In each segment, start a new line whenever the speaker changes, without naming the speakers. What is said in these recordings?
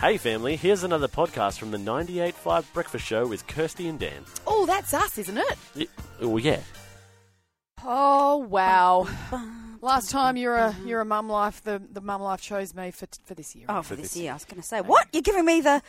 Hey, family, here's another podcast from the 98.5 Breakfast Show with Kirsty and Dan.
Oh, that's us, isn't it?
Y- Oh, yeah.
Oh wow! Last time you're a you're a mum life. The the mum life chose me for for this year.
Oh, for, this, year, I was going to say, what? You're giving me the.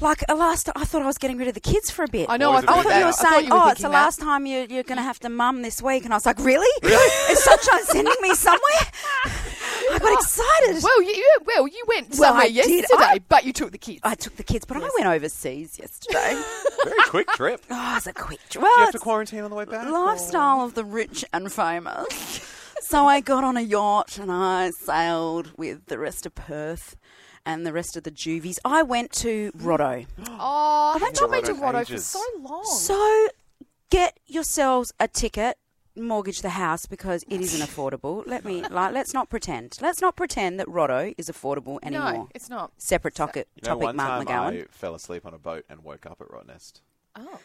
Like a last, I thought I was getting rid of the kids for a bit.
I know, Always I
I,
a thought
thought
bit that.
you
I
were
thought
saying,
you were
"Oh, it's
thinking
the
that."
last time you, you're going to have to mum this week," and I was like, "Really? Is sunshine sending me somewhere?" I got excited.
Well, you, you well you went
Well,
somewhere
I did.
yesterday,
I- Oh.
but you took the kids.
I took the kids, but I went overseas yesterday. oh,
Very quick trip. Did
it's a quick trip.
you
Well,
have to quarantine on the way back?
lifestyle of the rich and famous. so I got on a yacht and I sailed with the rest of Perth and the rest of the juvies. I went to Rodo.
oh, I haven't
haven't
been to
been to
Watto for
ages.
so long.
So get yourselves a ticket, mortgage the house because it isn't affordable. Let me like let's not pretend. Let's not pretend that Rodo is affordable anymore.
no, it's not.
Separate topic,
You know,
topic
one
Mark
time
McGowan.
I fell asleep on a boat and woke up at Rottnest.
Oh,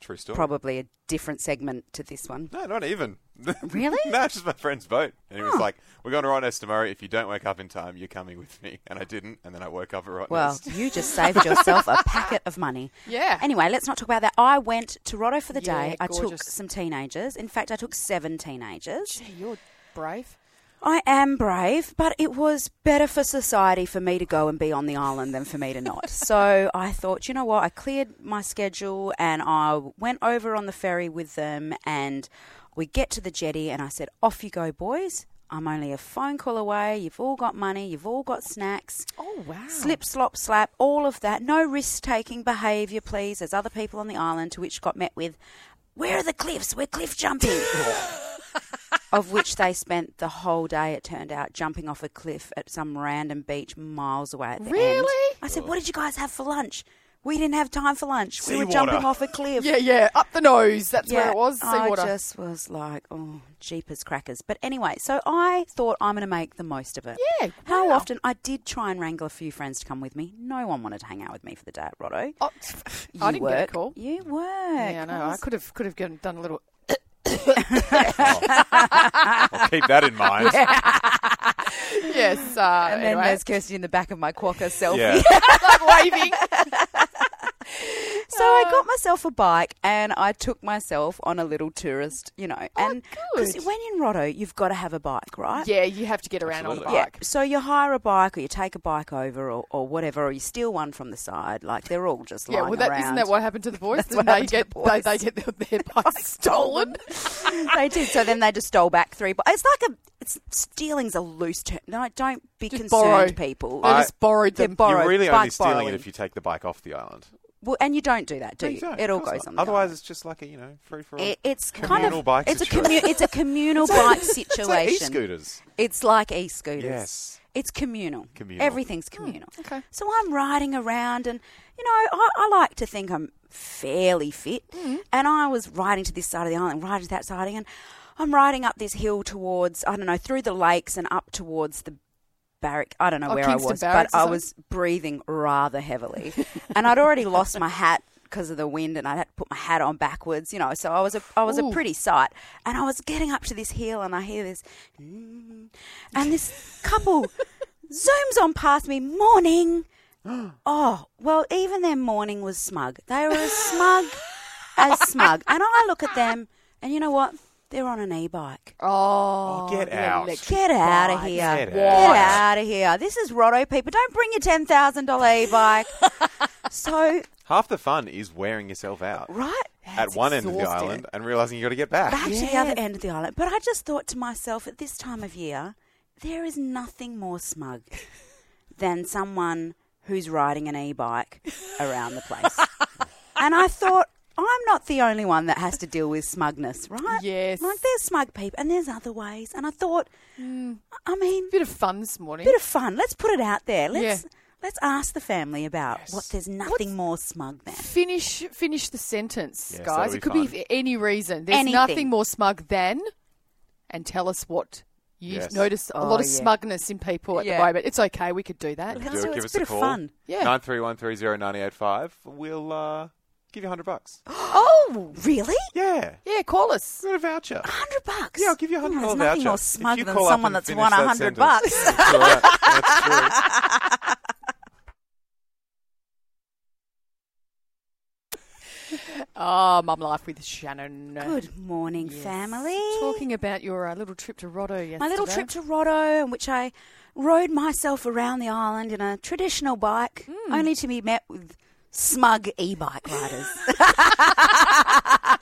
True story.
Probably a different segment to this one.
No, not even.
Really?
no, it's just my friend's boat. And he was
Oh.
like, we're going to Rottnest tomorrow. If you don't wake up in time, you're coming with me. And I didn't. And then I woke up at Rottnest.
Well, you just saved yourself a packet of money.
Yeah.
Anyway, let's not talk about that. I went to Roto for the
Yeah,
day. I took
gorgeous.
some teenagers. In fact, I took seven teenagers.
gee, you're brave.
I am brave, but it was better for society for me to go and be on the island than for me to not. so I thought, you know what? I cleared my schedule and I went over on the ferry with them. And we get to the jetty and I said, off you go, boys. I'm only a phone call away. You've all got money. You've all got snacks.
Oh wow!
Slip, slop, slap, all of that. No risk taking behaviour, please. There's other people on the island to which got met with, Where are the cliffs? We're cliff jumping. of which they spent the whole day, it turned out, jumping off a cliff at some random beach miles away at the end.
Really?
I said, What did you guys have for lunch? We didn't have time for lunch. we were
Seawater.
jumping off a cliff.
Yeah, yeah, up the nose. That's where it was.
I
Seawater.
just was like, oh, jeepers crackers. But anyway, so I thought I'm going to make the most of it.
Yeah,
How
wow.
often I did try and wrangle a few friends to come with me. No one wanted to hang out with me for the day at Roto.
Oh,
You
I didn't
work.
get a call.
You work.
Yeah, I know. I could have could have gone- done a little.
I'll keep that in mind.
Yes, uh,
And then
anyway,
there's Kirsty in the back of my quokka selfie.
Yeah.
like waving.
So
Oh.
I got myself a bike and I took myself on a little tourist, you know. and 'cause
Oh, good.
when in Roto, you've got to have a bike, right?
Yeah, you have to get around on a
Absolutely.
Yeah.
bike.
So you hire a bike or you take a bike over or, or whatever, or you steal one from the side. Like they're all just
Yeah,
lying
well, that,
around.
isn't that what happened to the boys?
That's
Didn't
what
they
happened to
get
the
they,
boys.
they get their, their bikes stolen.
they did. So then they just stole back three. But it's like a it's, stealing's a loose term. No, don't be
Just
concerned,
borrow.
people.
They
I-
just borrowed
They're
them.
borrowed.
You're really
bike
only stealing
borrowing.
it if you take the bike off the island.
Well, and you don't do that, do
No,
you?
don't.
It all
Of course
goes
not.
on. the
Otherwise,
island.
it's just like a, you know, free for all.
It, it's kind
communal
of
bike
it's a
situation.
commu- it's a communal bike
it's like
situation.
e-scooters.
It's like e-scooters.
Yes.
It's communal.
Communal. Hmm,
Everything's communal.
okay.
So I'm riding around and, you know, I, I like to think I'm fairly fit.
Hmm.
And I was riding to this side of the island, riding to that side, and I'm riding up this hill towards, I don't know, through the lakes and up towards the barrack. I don't know
Oh,
where
Kingston
I was, but
Barracks or
I
something?
was breathing rather heavily. and I'd already lost my hat because of the wind and I had to put my hat on backwards, you know, so I was a, I was
Ooh.
a pretty sight. And I was getting up to this hill and I hear this, "Mm," and this couple zooms on past me, morning. Oh, well, even their morning was smug. They were as smug as smug. And I look at them, and you know what? They're on an e bike.
Oh,
Oh, get
the
out.
electric
Get out of
bikes.
here.
Get
Get
out.
out of here. This is Roto people. Don't bring your $10,000 e bike. so,
Half the fun is wearing yourself out
right?
at one end of the
exhausting.
island and realizing you got to get back.
back to the
Yeah.
other end of the island. But I just thought to myself, at this time of year, there is nothing more smug than someone who's riding an e-bike around the place. and I thought, I'm not the only one that has to deal with smugness, right?
Yes.
Like there's smug people, and there's other ways. And I thought, I mean,
Bit of fun this morning.
bit of fun. Let's put it out there. Let's
Yeah.
let's ask the family about what there's nothing more smug than.
finish finish the sentence,
Yes,
guys.
that'll
It
be
could be
fun.
for any reason. There's
Anything.
nothing more smug than, and tell us what. You
Yes.
notice a
Oh,
lot of
yeah.
smugness in people at
Yeah.
the moment. It's okay. We could do that.
Okay.
do
So it's
it, give
a
us
bit
a
of
call.
fun.
Yeah.
Nine three one three zero nine eight five. We'll uh, give you hundred bucks.
Oh,
Really?
Yeah,
yeah. Call us.
we got a voucher.
Hundred bucks.
Yeah, I'll give you a hundred
Oh,
dollar
There's
voucher.
nothing more
If
smug
you
than
call up
someone
and
that's
finish
won
that
a hundred
sentence.
bucks.
That's all right. That's true.
Oh, Mum Life with Shannon.
Good morning,
Yes.
family.
Talking about your uh, little trip to Roto yesterday.
My little trip to Roto, in which I rode myself around the island in a traditional bike, only to be met with smug e-bike riders.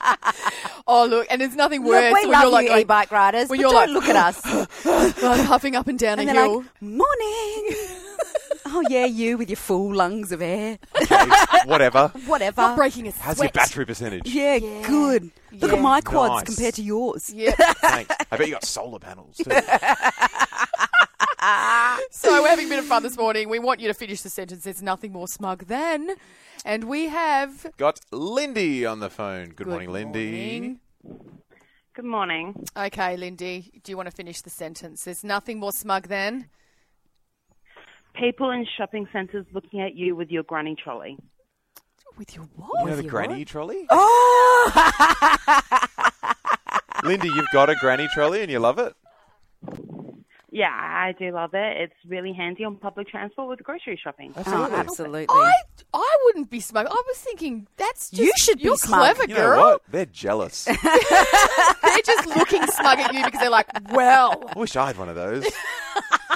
Oh, look, and there's nothing worse
look, we
when
love
you're like,
you
like,
e-bike riders,
when
but
you're
don't
like-
look at us.
like huffing up and down
and
a
they're like,
hill.
morning. oh yeah, you with your full lungs of air.
Okay, whatever.
Whatever.
Not breaking a sweat.
How's your battery percentage?
Yeah, good. Look
Yeah.
at my quads
Nice.
compared to yours.
Yeah.
Thanks. I bet you got solar panels. Too.
So we're having a bit of fun this morning. We want you to finish the sentence. There's nothing more smug than. And we have.
Got Lindy on the phone. Good, morning, Lindy.
morning.
Good morning.
Okay, Lindy, do you want to finish the sentence? There's nothing more smug than.
People in shopping centres looking at you with your granny trolley.
With your
You
what?
know the granny trolley?
Oh,
Lindy, you've got a granny trolley and you love it?
Yeah, I do love it. It's really handy on public transport with grocery shopping.
oh absolutely.
I, I wouldn't be smug. I was thinking that's just
You should be
you're
smug.
clever
You know
girl.
what? They're jealous. I
They're just looking smug at you because they're like, well,
wish I had one of those.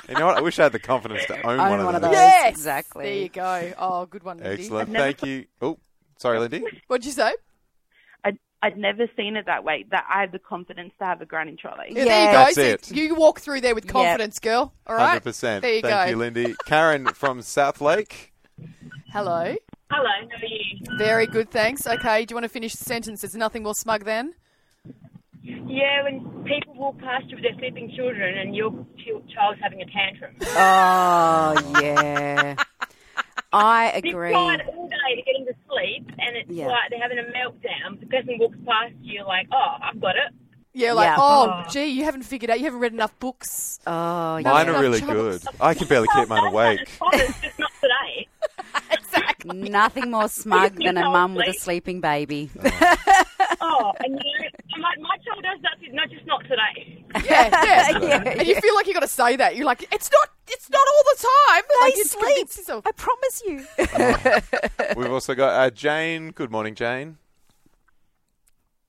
You know what? I wish I had the confidence to own,
Own
one,
one
of
of
those.
those.
yes,
exactly.
There you go. Oh, good one, Lindy.
Excellent. Thank you. Oh, sorry, Lindy.
What'd you say?
I'd, I'd never seen it that way, that I have the confidence to have a granny trolley.
Yeah, there you
That's
go.
it.
So you walk through there with confidence, girl. All right.
100%.
There you
Thank
go.
you, Lindy. Karen from South Lake.
Hello.
Hello, how are you?
Very good, thanks. Okay, do you want to finish the sentence? There's nothing more smug than.
Yeah, when people walk past you with their sleeping children and your ch- child's having a tantrum.
Oh yeah. I
They've
agree.
cried all day to get him to sleep and it's
Yeah.
like they're having a meltdown. The person walks past you like, oh, I've got it.
Yeah, like,
Yeah.
oh, gee, you haven't figured out, you haven't read enough books.
Oh yeah.
Mine are
enough
really
troubles.
good. I can barely keep mine awake.
It's fine, Oh, it's just not today.
Exactly.
Nothing more smug than a mum with a sleeping baby.
Oh, and you know, I'm like, my child does that, no, just not today.
Yeah, yeah.
Yeah,
And you feel like you got to say that. You're like, it's not, it's not all the time. like, you convince yourself.
I promise you.
We've also got uh, Jane. Good morning, Jane.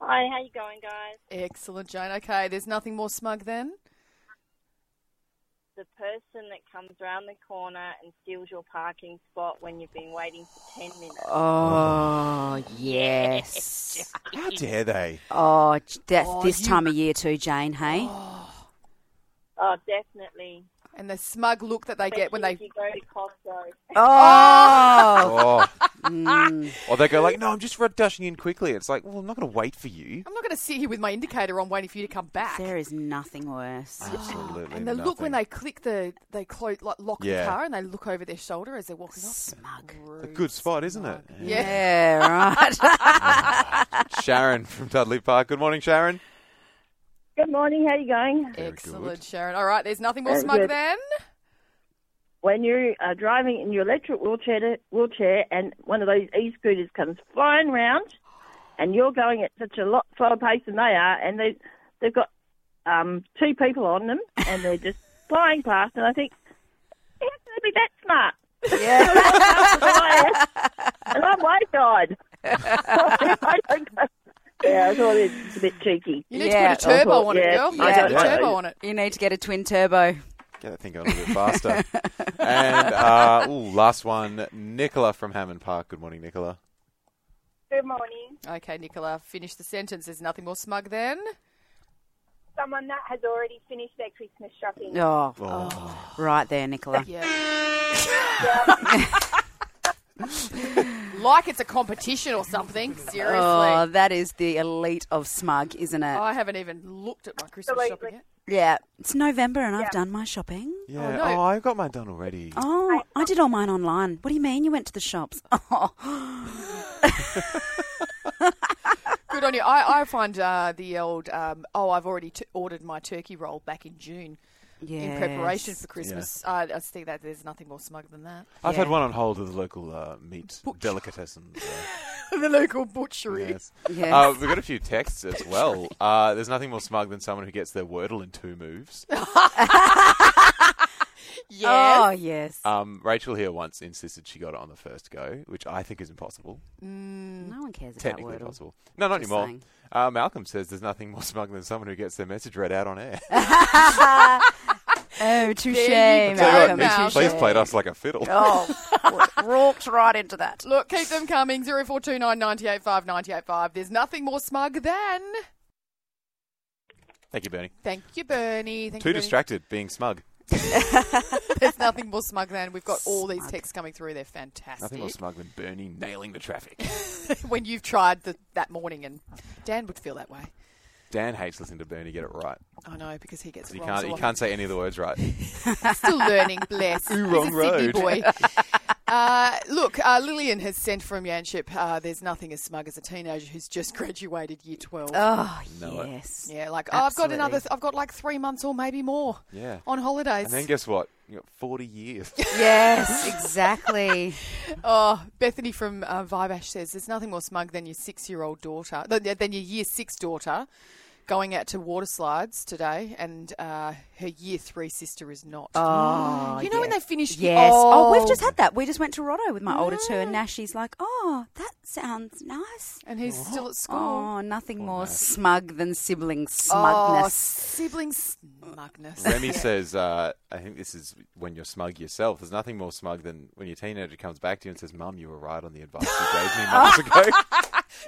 Hi, how you going, guys?
Excellent, Jane. Okay, there's nothing more smug than.
The person that comes around the corner and steals your parking spot when you've been waiting for 10 minutes.
Oh yes.
How dare they?
Oh, j- that's
Oh,
this
you-
time of year too, Jane. Hey.
Oh, definitely.
And the smug look that they get when they.
you go to Costco.
Oh.
Oh.
Mm.
Or they go like, no, I'm just r- dashing in quickly. It's like, well, I'm not going to wait for you.
I'm not going to sit here with my indicator on waiting for you to come back.
There is nothing worse.
Absolutely.
Ah, and the look when they
nothing.
click the, they close, like, lock
Yeah.
the car and they look over their shoulder as they're walking off.
Smug.
A good spot, isn't it?
Yeah.
Yeah, right.
Sharon from Dudley Park. Good morning, Sharon.
Good morning, how you going?
Very
Excellent,
good.
Sharon. All right, there's nothing more
Very
smug
good.
than.
when you are driving in your electric wheelchair to, wheelchair and one of those e scooters comes flying round and you're going at such a lot slower pace than they are and they they've got um, two people on them and they're just flying past and I think how can they be that smart? Yeah. and I'm way died. yeah, I thought it was a bit cheeky.
You need
Yeah,
to put a turbo on it,
yeah,
girl. You
I
need to put a
don't know.
turbo on it.
You need to get a twin turbo.
Get that thing going a little bit faster. and uh, ooh, last one, Nicola from Hammond Park. Good morning, Nicola.
Oh,
Good morning.
Okay, Nicola, finish the sentence. There's nothing more smug than.
Someone that has already finished their Christmas shopping.
Oh, right there, Nicola.
Yeah. like it's a competition or something. Seriously. Oh.
Oh, that is the elite of smug, isn't it?
I haven't even looked at my Christmas
Absolutely.
shopping yet.
Yeah. It's November and I've
Yeah.
done my shopping.
Yeah. Oh,
no.
I've got mine done already.
Oh, I did all mine online. What do you mean you went to the shops? Oh,
Good on you. I, I find uh, the old, um, oh, I've already t- ordered my turkey roll back in June in preparation
yes.
for Christmas. Uh, I, I think that there's nothing more smug than that.
I've
Yeah.
had one on hold at the local uh, meat delicatessen.
the local butchery.
yes.
Yes.
Uh, we've got a few texts as well. Uh, there's nothing more smug than someone who gets their wordle in two moves.
Yes.
Oh, yes.
Um, Rachel here once insisted she got it on the first go, which I think is impossible.
Mm.
no one cares about
Technically
Wordle.
possible. No, not
Just
anymore.
saying.
Uh, Malcolm says there's nothing more smug than someone who gets their message read out on air.
Oh, touche,
you go,
Tell you what,
Malcolm.
Malcolm.
Mitch, please
Touche.
played us like a fiddle.
Oh, walked right into that.
Look, keep them coming. 0429 985 985. There's nothing more smug than.
Thank you, Bernie.
Thank you, Bernie. Thank
Too
you, Bernie.
distracted being smug.
There's nothing more smug than. We've got all these texts coming through. They're fantastic.
Nothing more smug than Bernie nailing the traffic.
when you've tried the, that morning, and Dan would feel that way.
Dan hates listening to Bernie get it right.
I know because he gets it
He
wrong.
can't,
so
he
often.
can't say any of the words right.
Still learning, bless.
wrong
He's a Sydney
road.
boy. Uh, look, uh, Lillian has sent from Yanship. Uh, there's nothing as smug as a teenager who's just graduated year twelve.
Oh,
Know it.
yes.
yeah, like oh, I've got another.
absolutely.
I've got like three months or maybe more.
Yeah.
on holidays.
And then guess what? You got 40 years.
Yes, exactly.
Oh, Bethany from uh, Vibash says there's nothing more smug than your six-year-old daughter, th- than your year six daughter, going out to water slides today, and uh, her year three sister is not.
Oh,
you know when they finish? the-
Yes. Oh, we've
Oh.
just had that. We just went to Roto with my older two, and now she's like, "Oh, that sounds nice."
and he's still at school.
Oh, nothing more smug than sibling
Oh,
smugness.
sibling smugness.
Remy
Yeah.
says, uh, I think this is when you're smug yourself. There's nothing more smug than when your teenager comes back to you and says, Mum, you were right on the advice you gave me months ago.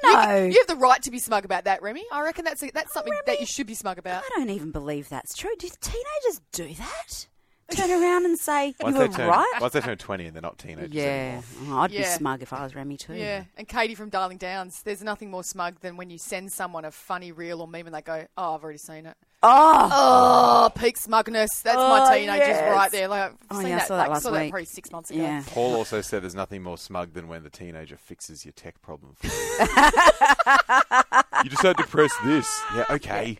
no,
You have the right to be smug about that, Remy. I reckon that's a, that's something that you should be smug about.
I don't even believe that's true. Do teenagers do that? Turn around and say, "You
Once
were
they, turn,
right."
once they turn 20 and they're not teenagers
Yeah,
anymore.
Oh, I'd be
Yeah.
smug if I was Remy too.
Yeah, and Katie from Darling Downs. There's nothing more smug than when you send someone a funny reel or meme and they go, "Oh, I've already seen it."
Oh,
Oh, peak smugness. That's
Oh,
my teenagers
yes.
right there. Like, I've
Oh,
seen
yeah, I
that,
saw that
like,
last
saw that
week.
probably six months ago.
yeah.
Paul also said there's nothing more smug than when the teenager fixes your tech problem for you. you just had to press this. Yeah, okay.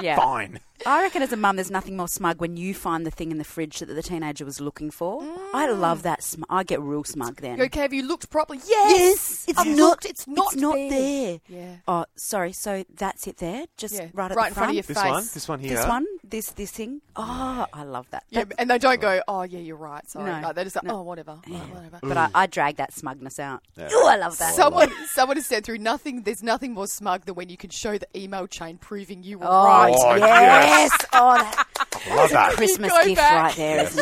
Yeah.
Fine.
I reckon as a mum, there's nothing more smug when you find the thing in the fridge that the teenager was looking for.
Mm.
I love that. Sm- I get real smug then.
You okay? Have you looked properly? Yes.
it's
I've
not.
looked, It's not.
there.
Yeah.
Oh, sorry. So that's it there. Just
Yeah,
right at
right
the
in
front.
front of your
This
Face.
one? This one here?
This one. This this thing. Oh, I love that.
Yeah,
That-
and they don't go. Oh, yeah, you're right. Sorry.
No.
Like, they just go.
No.
Oh, whatever. Oh, whatever.
but I, I drag that smugness out.
Yeah.
Oh, I love that.
Someone, someone has said through nothing. There's nothing more smug than when you can show the email chain proving you were
oh,
right.
Oh,
yes. Oh, that
Love that.
Christmas
go
gift
back.
right there, not it?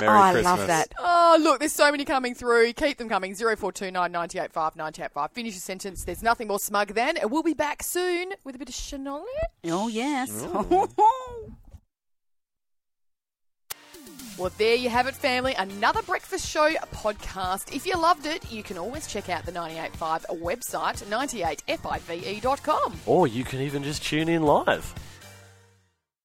Merry
oh, I
Christmas.
love that.
Oh, look, there's so many coming through. Keep them coming. 0429 985 985. Finish your sentence. There's nothing more smug than. And we'll be back soon with a bit of Chanel.
Oh, yes.
Well, there you have it, family. Another Breakfast Show podcast. If you loved it, you can always check out the 98.5 website, 98five.com.
Or you can even just tune in live.